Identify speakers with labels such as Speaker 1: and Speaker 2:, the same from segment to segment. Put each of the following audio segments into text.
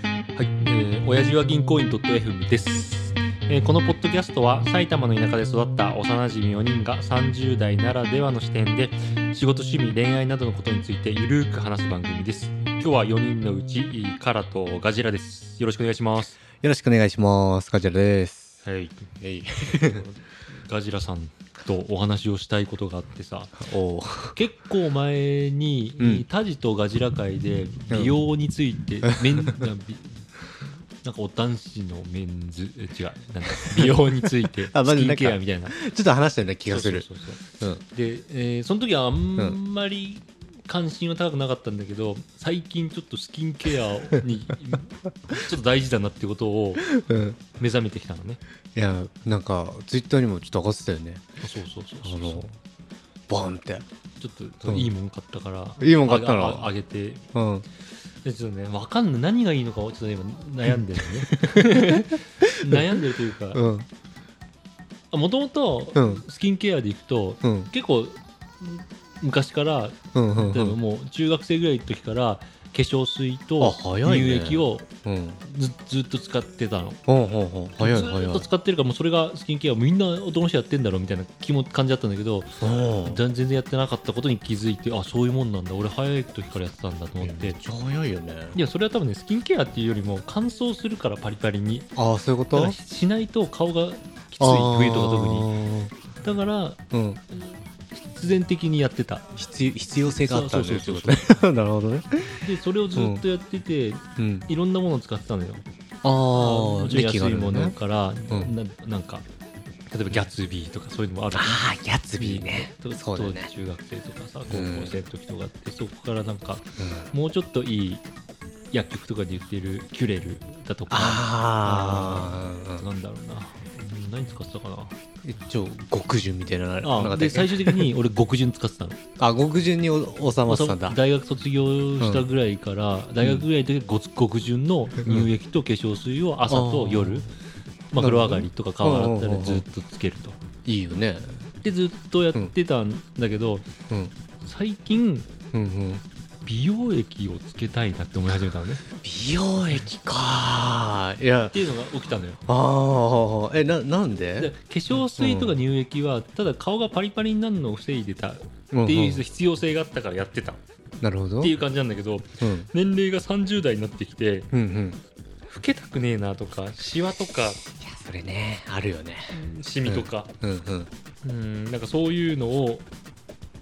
Speaker 1: えー、親父は銀行員 .fm です、えーこのポッドキャストは埼玉の田舎で育った幼馴染4人が30代ならではの視点で仕事趣味恋愛などのことについてゆるーく話す番組です今日は4人のうちカラとガジラですよろしくお願いします
Speaker 2: よろしくお願いします。カジュラです。
Speaker 1: はい ガジラさんとお話をしたいことがあってさ
Speaker 2: おお。
Speaker 1: 結構前に、
Speaker 2: うん
Speaker 1: タジとガジラ会で美容について、 メンなんかびなんかお男子のメンズえ違うなんか美容について
Speaker 2: あま
Speaker 1: ス
Speaker 2: ず
Speaker 1: キン
Speaker 2: なんか
Speaker 1: ケアみたいな
Speaker 2: ちょっと話したような気がする。
Speaker 1: そうそうそうそう
Speaker 2: うん。
Speaker 1: で、えーその時はあんまり関心は高くなかったんだけど最近ちょっとスキンケア にちょっと大事だなってことを
Speaker 2: うん。
Speaker 1: 目覚めてきたのね
Speaker 2: いや、なんか、ツイッターにもちょっと上がってたよね。
Speaker 1: そうそうそう
Speaker 2: あ
Speaker 1: そう
Speaker 2: の、ボンって。
Speaker 1: ちょっといいもん買ったから、
Speaker 2: うんいいもん買ったの
Speaker 1: あああげて
Speaker 2: うん。
Speaker 1: でちょっとね、わかんない、何がいいのかをちょっと今悩んでるのね。悩んでるというか、
Speaker 2: うん。
Speaker 1: もともと
Speaker 2: うん
Speaker 1: スキンケアでいくと、
Speaker 2: うん。
Speaker 1: 結構昔から、
Speaker 2: うん。うん。
Speaker 1: 例えば
Speaker 2: うん。
Speaker 1: もう中学生ぐらいの時から、化粧水
Speaker 2: あ
Speaker 1: と
Speaker 2: 早いね
Speaker 1: 乳液を
Speaker 2: うん。
Speaker 1: ずずっと使ってたの。
Speaker 2: ほうほうほう。早い
Speaker 1: ず
Speaker 2: 早い。
Speaker 1: っと使ってるから、もうそれがスキンケア、みんな男の人やってんだろうみたいな気も感じだったんだけど、
Speaker 2: うん。
Speaker 1: 全然やってなかったことに気づいて、あそういうもんなんだ、俺、早い時からやってたんだと思って。
Speaker 2: ちゃ早いよね。
Speaker 1: いやそれは多分ねスキンケアっていうよりも乾燥するからパリパリに
Speaker 2: ああ、そういうこ
Speaker 1: だから
Speaker 2: と
Speaker 1: しないと顔がきつい
Speaker 2: あー
Speaker 1: 冬とか特にだから
Speaker 2: うん。
Speaker 1: 必然的にやってた
Speaker 2: 必要必要性があったんだよ
Speaker 1: そうそう
Speaker 2: ってことね なるほどね。
Speaker 1: でそれをずっとやってて、
Speaker 2: うん。
Speaker 1: いろんなものを使ってたのよ
Speaker 2: ああ、
Speaker 1: もちろん
Speaker 2: 歴
Speaker 1: 安
Speaker 2: があ
Speaker 1: い
Speaker 2: る
Speaker 1: も
Speaker 2: んだ
Speaker 1: の
Speaker 2: ね。
Speaker 1: から、
Speaker 2: うん
Speaker 1: ななんか例えばギャツビーとかそういうのもある
Speaker 2: ああ、ギャツビーね。
Speaker 1: と
Speaker 2: そうだね
Speaker 1: 当時中学生とかさ高校
Speaker 2: うん
Speaker 1: 生の時とかって、そこからなんかもうちょっといい薬局とかで売ってるキュレルだとか
Speaker 2: ああ。
Speaker 1: なんだろうなうん何使ってたかな
Speaker 2: 一応極順みたいなのな
Speaker 1: あ
Speaker 2: んか
Speaker 1: で最
Speaker 2: で
Speaker 1: 終的に俺極潤使って たの
Speaker 2: あ極順にお収まってたんだ
Speaker 1: 大学卒業したぐらいから、大学ぐらいでご極潤の乳液と化粧水を朝と夜、
Speaker 2: うん
Speaker 1: まあ、風呂上がりとか顔洗った
Speaker 2: うんうん
Speaker 1: ら
Speaker 2: うん
Speaker 1: ずっとつけると
Speaker 2: いいよね
Speaker 1: でずっとやってたんだけど、
Speaker 2: うん
Speaker 1: 最近
Speaker 2: うんうん
Speaker 1: 美容液をつけたいなって思い始めたの ねっ
Speaker 2: 美容液かいや
Speaker 1: ていうのが起きたのよ
Speaker 2: ああえななん
Speaker 1: で
Speaker 2: で
Speaker 1: 化粧水とか乳液はただ顔がパリパリになるのを防いでたっ
Speaker 2: うんうん
Speaker 1: ていう必要性があったからやってたっ
Speaker 2: なるほど
Speaker 1: ていう感じなんだけど
Speaker 2: うん
Speaker 1: 年齢が30代になってきて
Speaker 2: うんうん
Speaker 1: 老けたくねえなとかシワとか
Speaker 2: いやそれねあるよね
Speaker 1: シミとか、
Speaker 2: うんうん
Speaker 1: うん、なんかそういうのを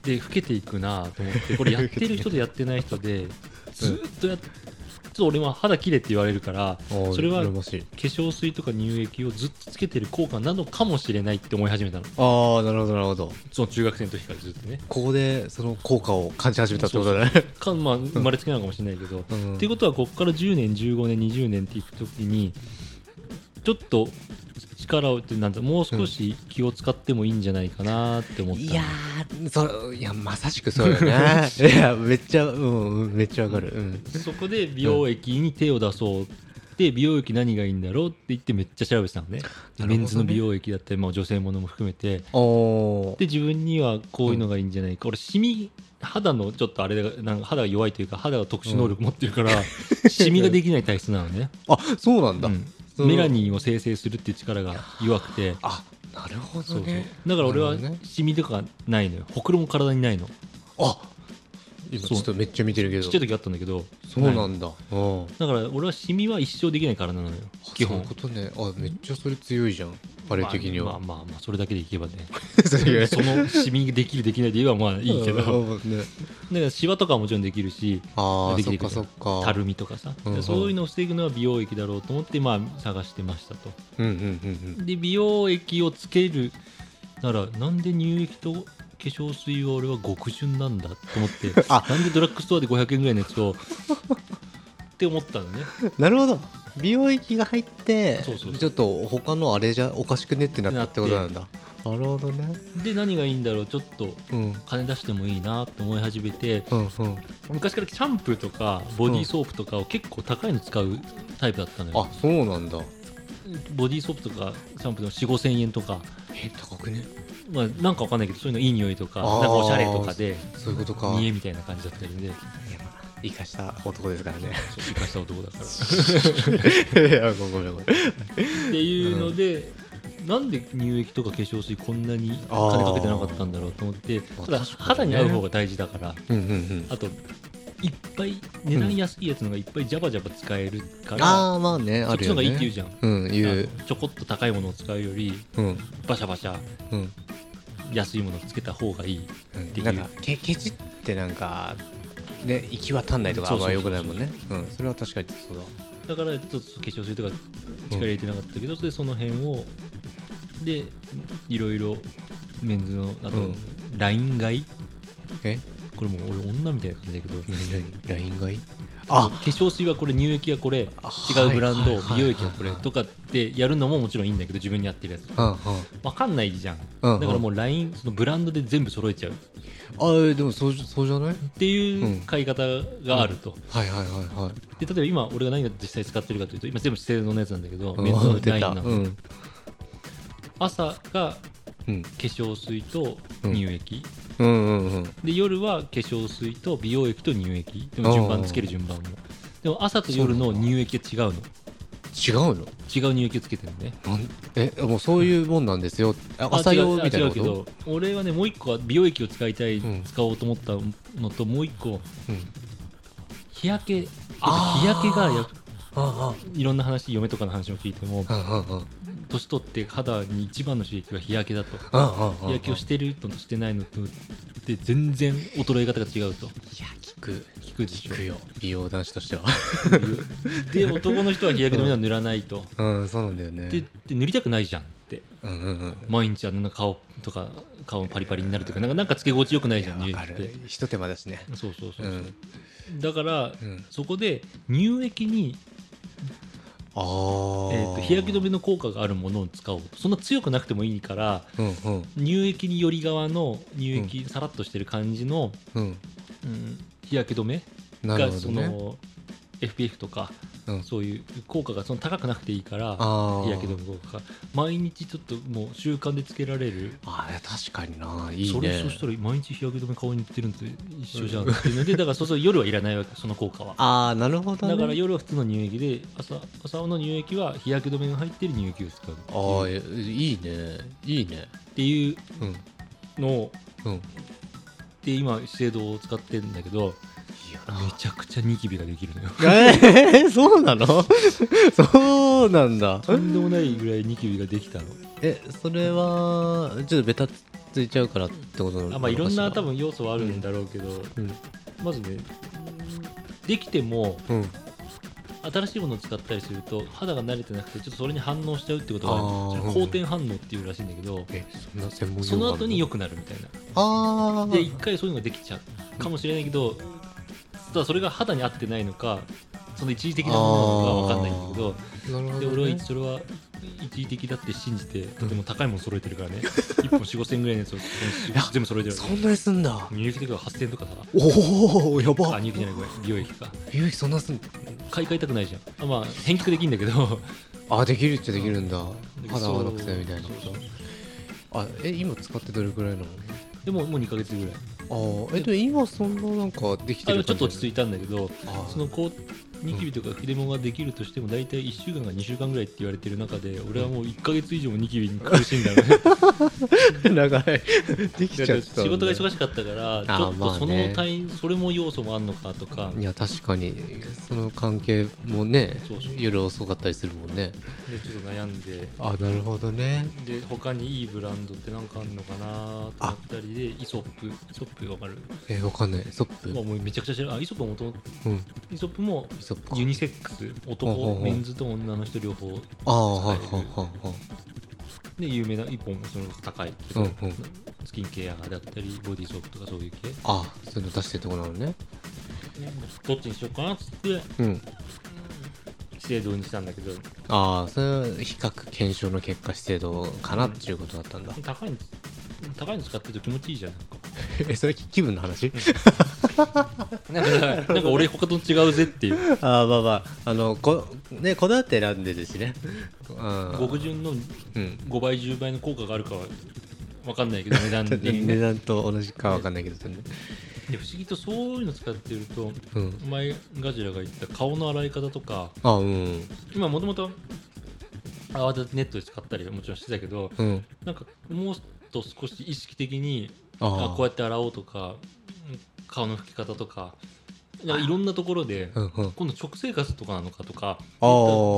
Speaker 1: で老けていくなと思ってこれやってる人とやってない人でずーっとやっちょっと俺は肌綺麗って言われるから
Speaker 2: おー
Speaker 1: それは
Speaker 2: 羨ましい
Speaker 1: 化粧水とか乳液をずっとつけてる効果なのかもしれないって思い始めたの
Speaker 2: ああなるほどなるほど
Speaker 1: その中学生の時からずっとね
Speaker 2: ここでその効果を感じ始めたってことだね
Speaker 1: か、まあ、生まれつきなのかもしれないけど、
Speaker 2: うん
Speaker 1: っていうことはここから10年15年20年っていくときにちょっと力をってなんだもう少し気を使ってもいいんじゃないかなって思った、
Speaker 2: いやーそいやまさしくそうよねいやめっちゃうんうんめっちゃわかるうん
Speaker 1: そこで美容液に手を出そうで美容液何がいいんだろうって言ってめっちゃ調べてたのね
Speaker 2: どね
Speaker 1: メンズの美容液だったり、まあ、女性ものも含めて
Speaker 2: おー
Speaker 1: で自分にはこういうのがいいんじゃないか、俺シミ肌のちょっとあれがなんか肌が弱いというか肌が特殊能力持ってるから、シミができない体質なのね
Speaker 2: あそうなんだ、
Speaker 1: うん
Speaker 2: その
Speaker 1: メラニンを生成するっていう力が弱くて
Speaker 2: あなるほ
Speaker 1: そうそ
Speaker 2: ど
Speaker 1: う
Speaker 2: ね
Speaker 1: だから俺は
Speaker 2: なるほどね
Speaker 1: シミとかがないのよほくろも体にないの
Speaker 2: あ今ち
Speaker 1: そう
Speaker 2: ょっとめっちゃ見てるけど
Speaker 1: ちっちゃい時あったんだけど
Speaker 2: そうな
Speaker 1: だ
Speaker 2: んだ、うん
Speaker 1: だから俺はシミは一生できない体なのよ基
Speaker 2: そうい
Speaker 1: 本
Speaker 2: うことねあめっちゃそれ強いじゃんあれ的に
Speaker 1: まあ
Speaker 2: は、
Speaker 1: まあまあまあそれだけでいけばね
Speaker 2: そ れ
Speaker 1: そのシミできるできないで言えばまあいいけどだか
Speaker 2: うんうんね、
Speaker 1: らシワとかはもちろんできるし
Speaker 2: ああ
Speaker 1: でき
Speaker 2: そ
Speaker 1: て
Speaker 2: っ
Speaker 1: いく
Speaker 2: かそっか
Speaker 1: たるみとかさ、
Speaker 2: うんうん
Speaker 1: そういうのを防ぐのは美容液だろうと思って、まあ、探してましたと
Speaker 2: うんうんうん
Speaker 1: で美容液をつけるならなんで乳液と化粧水は俺は極潤なんだと思って
Speaker 2: あ
Speaker 1: なんでドラッグストアで500円ぐらいのやつをって思ったのね
Speaker 2: うんなるほど美容液が入って
Speaker 1: そうそうそう
Speaker 2: ちょっと他のあれじゃおかしくねってなったってことなんだなるほどね
Speaker 1: で何がいいんだろうちょっと
Speaker 2: うんうん
Speaker 1: 金出してもいいなと思い始めて
Speaker 2: うん
Speaker 1: 昔からシャンプーとかボディーソープとかを結構高いの使うタイプだったのよ
Speaker 2: あ、そうなんだ
Speaker 1: ボディーソープとかシャンプーの4 5千円とか、
Speaker 2: え高くね
Speaker 1: まあ、なんかわかんないけどそういうのいい匂いとか
Speaker 2: あー
Speaker 1: なんかおしゃれとかで
Speaker 2: そういうことか
Speaker 1: 見えみたいな感じだったりで
Speaker 2: 生かした男ですからね
Speaker 1: 生かした男だから。
Speaker 2: いやごめんごめん
Speaker 1: っていうので、なんで乳液とか化粧水こんなに
Speaker 2: あー
Speaker 1: 金かけてなかったんだろうと思って
Speaker 2: まあ
Speaker 1: ただ
Speaker 2: 確かにね
Speaker 1: 肌に合う方が大事だから
Speaker 2: うんうんうん
Speaker 1: あといっぱい値段安いやつのがいっぱいジャバジャバ使えるから、
Speaker 2: ああまあね
Speaker 1: そ
Speaker 2: あ
Speaker 1: っち
Speaker 2: る
Speaker 1: の方
Speaker 2: よ
Speaker 1: がいいって言う
Speaker 2: ね
Speaker 1: じゃん、
Speaker 2: うん言う
Speaker 1: あのちょこっと高いものを使うより
Speaker 2: うん
Speaker 1: バシャバシャ
Speaker 2: うん
Speaker 1: 安いものをつけた方がいい
Speaker 2: うんなんかケケチってなんかね行き渡んないとかあんま良くないもんねうんそれは確かにそう
Speaker 1: だ
Speaker 2: だ
Speaker 1: からちょっと化粧水とか力入れてなかったけど、それでその辺をでいろいろメンズのあ
Speaker 2: う
Speaker 1: と
Speaker 2: ん
Speaker 1: ライン買い、
Speaker 2: え
Speaker 1: これもう俺女みたいな感じだけど
Speaker 2: 何何ラインがいい
Speaker 1: 化粧水はこれ乳液はこれ違
Speaker 2: あ
Speaker 1: うブランド
Speaker 2: はい
Speaker 1: 美容液はこれ
Speaker 2: はい
Speaker 1: とかってやるのももちろんいいんだけど自分に合ってるやつ
Speaker 2: うんうん
Speaker 1: わかんないじゃん
Speaker 2: うんう
Speaker 1: だ
Speaker 2: ん
Speaker 1: からもう LINE そのブランドで全部揃えちゃうっ
Speaker 2: あーでもそうじゃそうじゃない
Speaker 1: ていううん買い方があると
Speaker 2: はいはいはいはい
Speaker 1: で例えば今俺が何が実際使ってるかというと今全部資生堂のやつなんだけど
Speaker 2: うん
Speaker 1: メンズの
Speaker 2: 出
Speaker 1: LINE
Speaker 2: た
Speaker 1: な
Speaker 2: う
Speaker 1: の
Speaker 2: ん
Speaker 1: 朝が
Speaker 2: うん
Speaker 1: 化粧水と乳液
Speaker 2: うんうんうん
Speaker 1: で夜は化粧水と美容液と乳液でも順番つける順番もでも朝と夜の乳液が違うの
Speaker 2: 違うの
Speaker 1: 違う乳液つけてるのね
Speaker 2: なんえもうそういうもんなんですよあ朝用みたいな
Speaker 1: あ違う違
Speaker 2: こと
Speaker 1: うけど俺はねもう一個は美容液を使いたい、
Speaker 2: うん
Speaker 1: 使おうと思ったのともう一個
Speaker 2: うん
Speaker 1: 日焼け
Speaker 2: あー
Speaker 1: 日焼けがや
Speaker 2: あ
Speaker 1: いろんな話嫁とかの話を聞いても
Speaker 2: あうんうんうん
Speaker 1: 年取って肌に一番の刺激は日焼けだと
Speaker 2: うんうん
Speaker 1: 日焼けをしてるのとしてないのとで全然衰え方が違うと
Speaker 2: いや聞く
Speaker 1: 聞くでし
Speaker 2: 聞
Speaker 1: ょ
Speaker 2: くよ美容男子としては
Speaker 1: で男の人は日焼け止めは塗らないと、
Speaker 2: うんそうなんだよね
Speaker 1: でで塗りたくないじゃんって
Speaker 2: うんうんうん
Speaker 1: 毎日あんな顔とか顔パリパリになるとかなんかなんかつけ心地よくないじゃん
Speaker 2: わ
Speaker 1: 乳
Speaker 2: か
Speaker 1: 液って
Speaker 2: る一手間だしね
Speaker 1: そうそうそう
Speaker 2: う
Speaker 1: そうんだから、
Speaker 2: うん
Speaker 1: そこで乳液に、
Speaker 2: ああ
Speaker 1: えーと日焼け止めの効果があるものを使おうそんな強くなくてもいいから
Speaker 2: うんうん
Speaker 1: 乳液により側の乳液、さらっとしてる感じの、
Speaker 2: うん
Speaker 1: うん日焼け止め
Speaker 2: な
Speaker 1: が、
Speaker 2: るほ
Speaker 1: そ
Speaker 2: どね
Speaker 1: の FPF とか
Speaker 2: うん
Speaker 1: そういう効果がその高くなくていいから
Speaker 2: あー
Speaker 1: 日焼け止め効果が毎日ちょっともう習慣でつけられる
Speaker 2: ああいや確かにないいね
Speaker 1: それそしたら毎日日焼け止め顔に塗ってるのと一緒じゃんっていうのでだからそうそう夜はいらないわけその効果は。
Speaker 2: ああなるほどね
Speaker 1: だから夜は普通の乳液で朝朝の乳液は日焼け止めが入ってる乳液を使うって
Speaker 2: あ
Speaker 1: い
Speaker 2: あ
Speaker 1: う
Speaker 2: えいいねいいね
Speaker 1: っていう
Speaker 2: うん
Speaker 1: のを
Speaker 2: うん
Speaker 1: で今資生堂を使ってるんだけどめちゃくちゃニキビができるのよ
Speaker 2: えー、そうなの そうなんだ
Speaker 1: とんでもないぐらいニキビができたの
Speaker 2: えそれはちょっとベタついちゃうからってことなのか
Speaker 1: あまあいろんな
Speaker 2: かしら
Speaker 1: 多分要素はあるんだろうけど、
Speaker 2: うん
Speaker 1: まずねできても
Speaker 2: うん
Speaker 1: 新しいものを使ったりすると肌が慣れてなくてちょっとそれに反応しちゃうってことがある
Speaker 2: あー
Speaker 1: それ好転反応っていうらしいんだけど
Speaker 2: えそんな専門
Speaker 1: その後に
Speaker 2: よ
Speaker 1: 良くなるみたいな
Speaker 2: ああ
Speaker 1: で一回そういうのができちゃうかもしれないけどただそれが肌に合ってないのかその一時的なものなのか分かんないんだけど
Speaker 2: なるほ
Speaker 1: で
Speaker 2: ど、
Speaker 1: 俺
Speaker 2: ね
Speaker 1: は、それは一時的だって信じてとても高いもの揃えてるからね1本4 5千円ぐらいのやつをここに
Speaker 2: や
Speaker 1: 全部揃えてるわ
Speaker 2: そ
Speaker 1: け
Speaker 2: んなにすんだ
Speaker 1: 乳液とか8000円とかさ
Speaker 2: おおやば
Speaker 1: あ乳液じゃないごめん美容液か
Speaker 2: 美容液そんなすん
Speaker 1: 買い替えたくないじゃんあまあ返却できるんだけど
Speaker 2: あできるっちゃできるんだ肌
Speaker 1: そう
Speaker 2: 合わなくてみたいな
Speaker 1: そうそう
Speaker 2: あえ今使ってどれくらいなの
Speaker 1: でももう2ヶ月ぐらい
Speaker 2: ああえでも今そんななんかでき
Speaker 1: あ
Speaker 2: て
Speaker 1: の
Speaker 2: る
Speaker 1: ちょっと落ち着いたんだけど
Speaker 2: 着いた
Speaker 1: そのこうニキビとか切れ物ができるとしても大体1週間か2週間ぐらいって言われてる中で俺はもう1ヶ月以上もニキビに苦 しんだのね
Speaker 2: 長いできち
Speaker 1: 仕
Speaker 2: ゃった
Speaker 1: 事が忙
Speaker 2: し
Speaker 1: しかったから
Speaker 2: あ
Speaker 1: ちょっとそ
Speaker 2: まあ
Speaker 1: の
Speaker 2: ね
Speaker 1: 対それも要素もあんのかとか
Speaker 2: いや確かにその関係もね
Speaker 1: そうそう
Speaker 2: 夜遅かったりするもんね
Speaker 1: でちょっと悩んで
Speaker 2: あなるほどね
Speaker 1: で他にいいブランドってなんかあんのかなと思ったりでイソップイソップわかる、
Speaker 2: えわかんないソップ
Speaker 1: まあ、もうめちゃくちゃ知らないあイソップはもともと
Speaker 2: うん
Speaker 1: イソップも
Speaker 2: イソップか
Speaker 1: ユニセックス男
Speaker 2: ほうほうほう
Speaker 1: メンズと女の人両方
Speaker 2: ああはいはいはいはい
Speaker 1: で有名な1本その高いけど、
Speaker 2: うんうん
Speaker 1: スキンケアだったりボディーソープとかそういう系
Speaker 2: あそういうの出してるとこなのね
Speaker 1: どっちにしようかなっつって
Speaker 2: うん
Speaker 1: 資生堂にしたんだけど
Speaker 2: ああそれは比較検証の結果資生堂かなっていうことだったんだ、
Speaker 1: 高いの高いの使ってると気持ちいいじゃんなんか
Speaker 2: えそれ気分の話
Speaker 1: なんかなんか俺他と違うぜっていう
Speaker 2: ああまあまああのこねこだわって選んでるしね うん
Speaker 1: 極潤の
Speaker 2: うん
Speaker 1: 5倍10倍の効果があるかは分かんないけど値段
Speaker 2: ちょ
Speaker 1: で
Speaker 2: っと値段と同じかわかんないけどね
Speaker 1: で不思議とそういうの使ってると
Speaker 2: うん。
Speaker 1: 前ガジラが言った顔の洗い方とか
Speaker 2: あ、うん。
Speaker 1: 今もともと泡立てネットで使ったりもちろんしてたけど
Speaker 2: うん。
Speaker 1: なんかもうと少し意識的に
Speaker 2: あ
Speaker 1: あこうやって洗おうとかうん顔の拭き方とかなんかいろんなところで
Speaker 2: うんうん。
Speaker 1: 今度食生活とかなのかとか
Speaker 2: あー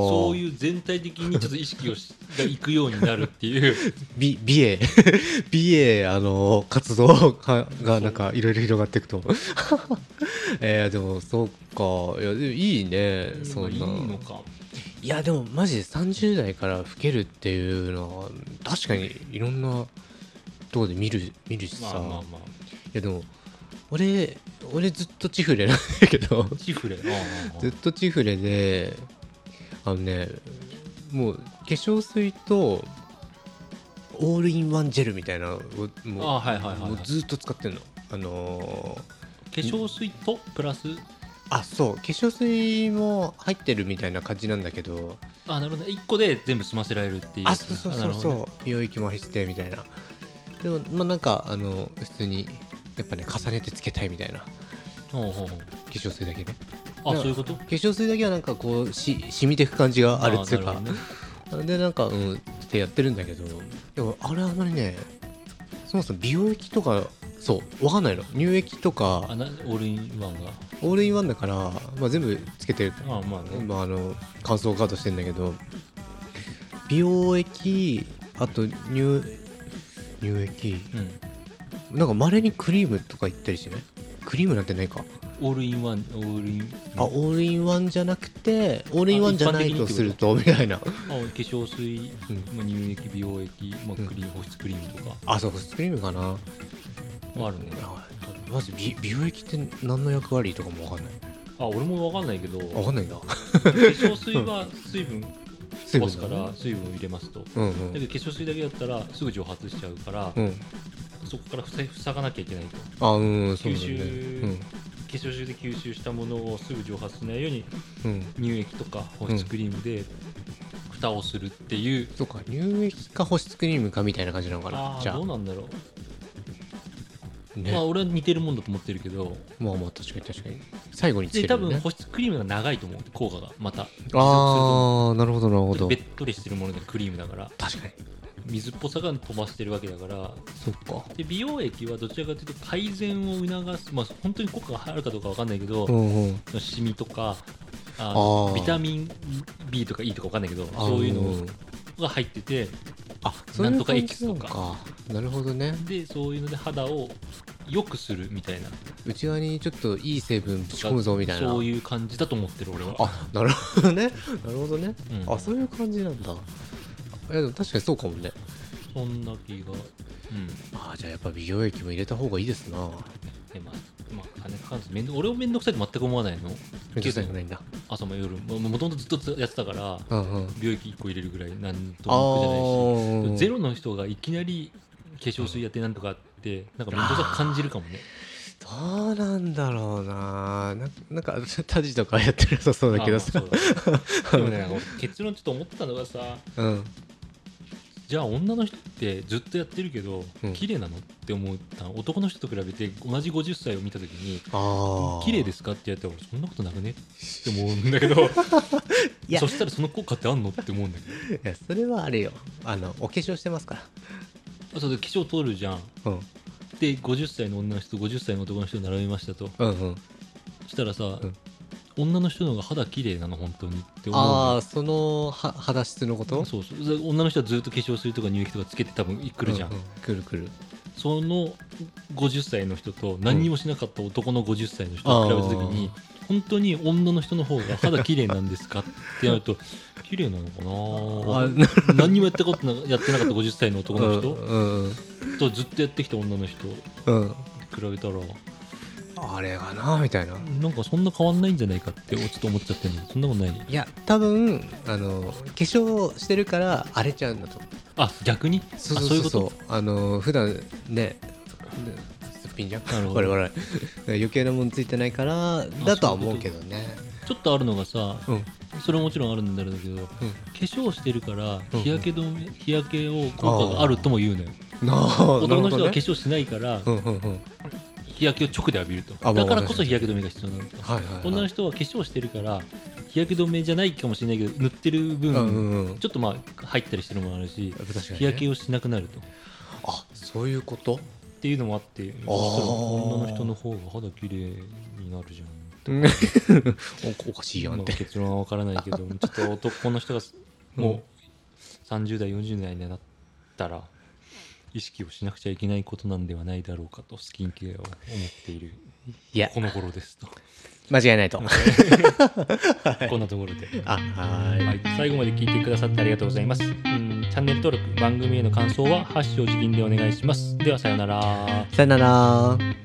Speaker 1: そういう全体的にちょっと意識をしがいくようになるって いう
Speaker 2: 美、美瑛、 美瑛、あの、活動が、がなんか、いろいろ広がっていくと。 えー、でも、そうか。いや、でもいいね、そん
Speaker 1: いい
Speaker 2: な。
Speaker 1: のか
Speaker 2: いや、でも、マジで30代から老けるっていうのは、確かにいろんなとこで見る、見るし
Speaker 1: ま
Speaker 2: さ。
Speaker 1: あまあま
Speaker 2: いや、でも、俺、俺ずっとチフレなんだけ ど。
Speaker 1: あチフレああああ
Speaker 2: ずっとチフレであのねもう化粧水とオールインワンジェルみたいなのをもう
Speaker 1: あはいはいはいはい
Speaker 2: もうずっと使ってんのあのー
Speaker 1: 化粧水とプラス
Speaker 2: あそう化粧水も入ってるみたいな感じなんだけど
Speaker 1: あなるほどね1個で全部済ませられるっていう
Speaker 2: あそうそうそう
Speaker 1: なるほどね
Speaker 2: そう美容液も入っててみたいなでもまあなんかあの普通にやっぱね重ねてつけたいみたいな化
Speaker 1: ほうほうほう
Speaker 2: 粧水だけね
Speaker 1: あ
Speaker 2: だから
Speaker 1: そういうこと
Speaker 2: 化粧水だけはなんかこうし染みてく感じがあるっつう
Speaker 1: あ
Speaker 2: か
Speaker 1: なるほどね
Speaker 2: でなんかうんってやってるんだけどでもあれあんまりねそもそも美容液とかそうわかんないの乳液と
Speaker 1: あ
Speaker 2: か
Speaker 1: なオールインワンが
Speaker 2: オールインワンだから、まあ、全部つけてる、
Speaker 1: まあまあね
Speaker 2: まあ、あの乾燥カードしてんだけど美容液あと乳乳液
Speaker 1: うん
Speaker 2: なんかまれにクリームとか言ったりしてねクリームなんてないか
Speaker 1: オールインワンオールイン
Speaker 2: あオールインワンじゃなくてオールインワンじゃないとするとみたいな
Speaker 1: あ化粧水、
Speaker 2: うん
Speaker 1: まあ、乳液美容液、まあ、
Speaker 2: うん
Speaker 1: クリーム保湿クリームとか、
Speaker 2: あそうクリームかな
Speaker 1: まあ、あるね
Speaker 2: まず美美容液って何の役割とかもわかんない
Speaker 1: あ俺も分かんないけど
Speaker 2: わかんないんだ
Speaker 1: 化粧水は水分 飛
Speaker 2: 水
Speaker 1: ば
Speaker 2: 分
Speaker 1: すか
Speaker 2: だ
Speaker 1: ら水分を入れますとだ
Speaker 2: うんう
Speaker 1: け
Speaker 2: ん
Speaker 1: ど化粧水だけだったらすぐ蒸発しちゃうから、
Speaker 2: うん
Speaker 1: そこから塞い塞がなきゃいけないと化
Speaker 2: あうんそうなんだね
Speaker 1: 吸粧水で吸収したものをすぐ蒸発しないように
Speaker 2: うんうん
Speaker 1: 乳液とか保湿クリームで蓋をするっていう、
Speaker 2: そうか乳液か保湿クリームかみたいな感じなのか
Speaker 1: あ
Speaker 2: なじ
Speaker 1: あ
Speaker 2: ゃ
Speaker 1: どうなんだろう、まあ
Speaker 2: あね
Speaker 1: 俺は似てるもんだと思ってるけど
Speaker 2: まあまあ確かに確かに最後につ
Speaker 1: で
Speaker 2: ける
Speaker 1: 多
Speaker 2: よね
Speaker 1: 分保湿クリームが長いと思う効果がまた
Speaker 2: ああなるほどなるほど
Speaker 1: べっとりしてるものでクリームだから
Speaker 2: 確かに
Speaker 1: 水っぽさが飛ばしてるわけだから
Speaker 2: そっか
Speaker 1: で美容液はどちらかというと改善を促す、まあ、本当に効果があるかどうかわかんないけど、
Speaker 2: うんうん
Speaker 1: シミとかあ
Speaker 2: あー
Speaker 1: ビタミン B とか E とかわかんないけど
Speaker 2: あー
Speaker 1: そういうのが入ってて
Speaker 2: あ
Speaker 1: な
Speaker 2: そうんい
Speaker 1: と
Speaker 2: う
Speaker 1: か
Speaker 2: 感
Speaker 1: エキス
Speaker 2: じ
Speaker 1: と
Speaker 2: な
Speaker 1: か
Speaker 2: のかなるほどね
Speaker 1: でそういうので肌を良くするみたいな
Speaker 2: 内側にちょっといい成分ぶち込むぞみたいな
Speaker 1: そういう感じだと思ってる俺は
Speaker 2: あなるほどねなるほどね、
Speaker 1: うん
Speaker 2: あそういう感じなんだいやでも確かにそうかもね
Speaker 1: そんな気が、うん
Speaker 2: ああじゃあやっぱ美容液も入れた方がいいですな
Speaker 1: でまあまあ、金かかるんですめんど俺を面倒くさいと全く思わないの
Speaker 2: めんどくさいくないんだ
Speaker 1: 朝も夜ももともとずっとやってたから
Speaker 2: うんうん
Speaker 1: 病液1個入れるぐらいなんと
Speaker 2: あ
Speaker 1: も苦じゃないし
Speaker 2: ー
Speaker 1: ゼロの人がいきなり化粧水やってなんとかってなんか面倒さ感じるかもね
Speaker 2: どうなんだろうなななんかタジとかやってなさそうだけどさ
Speaker 1: あまあそうだねでもね結論ちょっと思ったのがさ
Speaker 2: うん
Speaker 1: じゃあ女の人ってずっとやってるけど、
Speaker 2: うん
Speaker 1: 綺麗なのって思ったの男の人と比べて同じ50歳を見た時に
Speaker 2: ああ
Speaker 1: 綺麗ですすかってやったら俺そんなことなくねって思うんだけど
Speaker 2: いや
Speaker 1: そしたらその効果ってあんのって思うんだけ
Speaker 2: いやそれはあれよあのお化粧してますから
Speaker 1: どそれで化粧取るじゃん
Speaker 2: うん
Speaker 1: で50歳の女の人と50歳の男の人を並べましたと
Speaker 2: うんうん
Speaker 1: そしたらさ、
Speaker 2: うん
Speaker 1: 女の人の方が肌綺麗なの本当にって思うのよ
Speaker 2: ああそのは肌質のこと
Speaker 1: そうそうで女の人はずっと化粧水とか乳液とかつけて多分来るじゃん、
Speaker 2: ううくるくる
Speaker 1: その50歳の人と何にもしなかった男の50歳の人を比べた時に、本当に女の人の方が肌綺麗なんですかってなる と綺麗なのか
Speaker 2: あ
Speaker 1: な何にもやったことなやってなかった50歳の男の人
Speaker 2: うんうん
Speaker 1: とずっとやってきた女の人比
Speaker 2: うん
Speaker 1: べたら
Speaker 2: あれがなみたいな
Speaker 1: なんかそんな変わんないんじゃないかってちょっと思っちゃってるのそんなことない
Speaker 2: いや多分あの化粧してるから荒れちゃうんだと
Speaker 1: あ逆にあそういうこと
Speaker 2: あの普段ねすっぴんじゃん
Speaker 1: なるほど
Speaker 2: 我々余計なもんついてないからだとは思うけどね
Speaker 1: ちょっとあるのがさ
Speaker 2: うん
Speaker 1: それももちろんあるんだろうけど化粧してるから
Speaker 2: うん
Speaker 1: 日焼け止め、日焼けを効果があるとも言うのよ
Speaker 2: なあなる
Speaker 1: 男の
Speaker 2: ほ
Speaker 1: 人
Speaker 2: ど
Speaker 1: は化
Speaker 2: ね
Speaker 1: 粧しないから
Speaker 2: うんうんうん
Speaker 1: 日日焼けを直で浴びると
Speaker 2: あまあ
Speaker 1: だからこそ日焼け止めが必要なんだと
Speaker 2: はいはい、
Speaker 1: 女
Speaker 2: は
Speaker 1: の
Speaker 2: い
Speaker 1: 人は化粧してるから日焼け止めじゃないかもしれないけど塗ってる分、
Speaker 2: うんうんうん
Speaker 1: ちょっとまあ入ったりしてるのもあるし
Speaker 2: 確かにね
Speaker 1: 日焼けをしなくなるとっ
Speaker 2: あそういうこと
Speaker 1: ていうのもあって
Speaker 2: あー
Speaker 1: そしたら女の人の方が肌綺麗になるじゃん
Speaker 2: おおかしいやん
Speaker 1: ま
Speaker 2: っ
Speaker 1: あ
Speaker 2: て、
Speaker 1: 結論は分からないけどちょっと男の人が
Speaker 2: う
Speaker 1: も
Speaker 2: ん
Speaker 1: う30代40代になったら意識をしなくちゃいけないことなんではないだろうかとスキンケアを思っている
Speaker 2: いや
Speaker 1: この頃ですと
Speaker 2: 間違いないと、
Speaker 1: こんなところで。
Speaker 2: あはーい
Speaker 1: はい、最後まで聞いてくださってありがとうございます。うんチャンネル登録、番組への感想は、ハッシュお辞儀でお願いします。では、さようなら。
Speaker 2: さよなら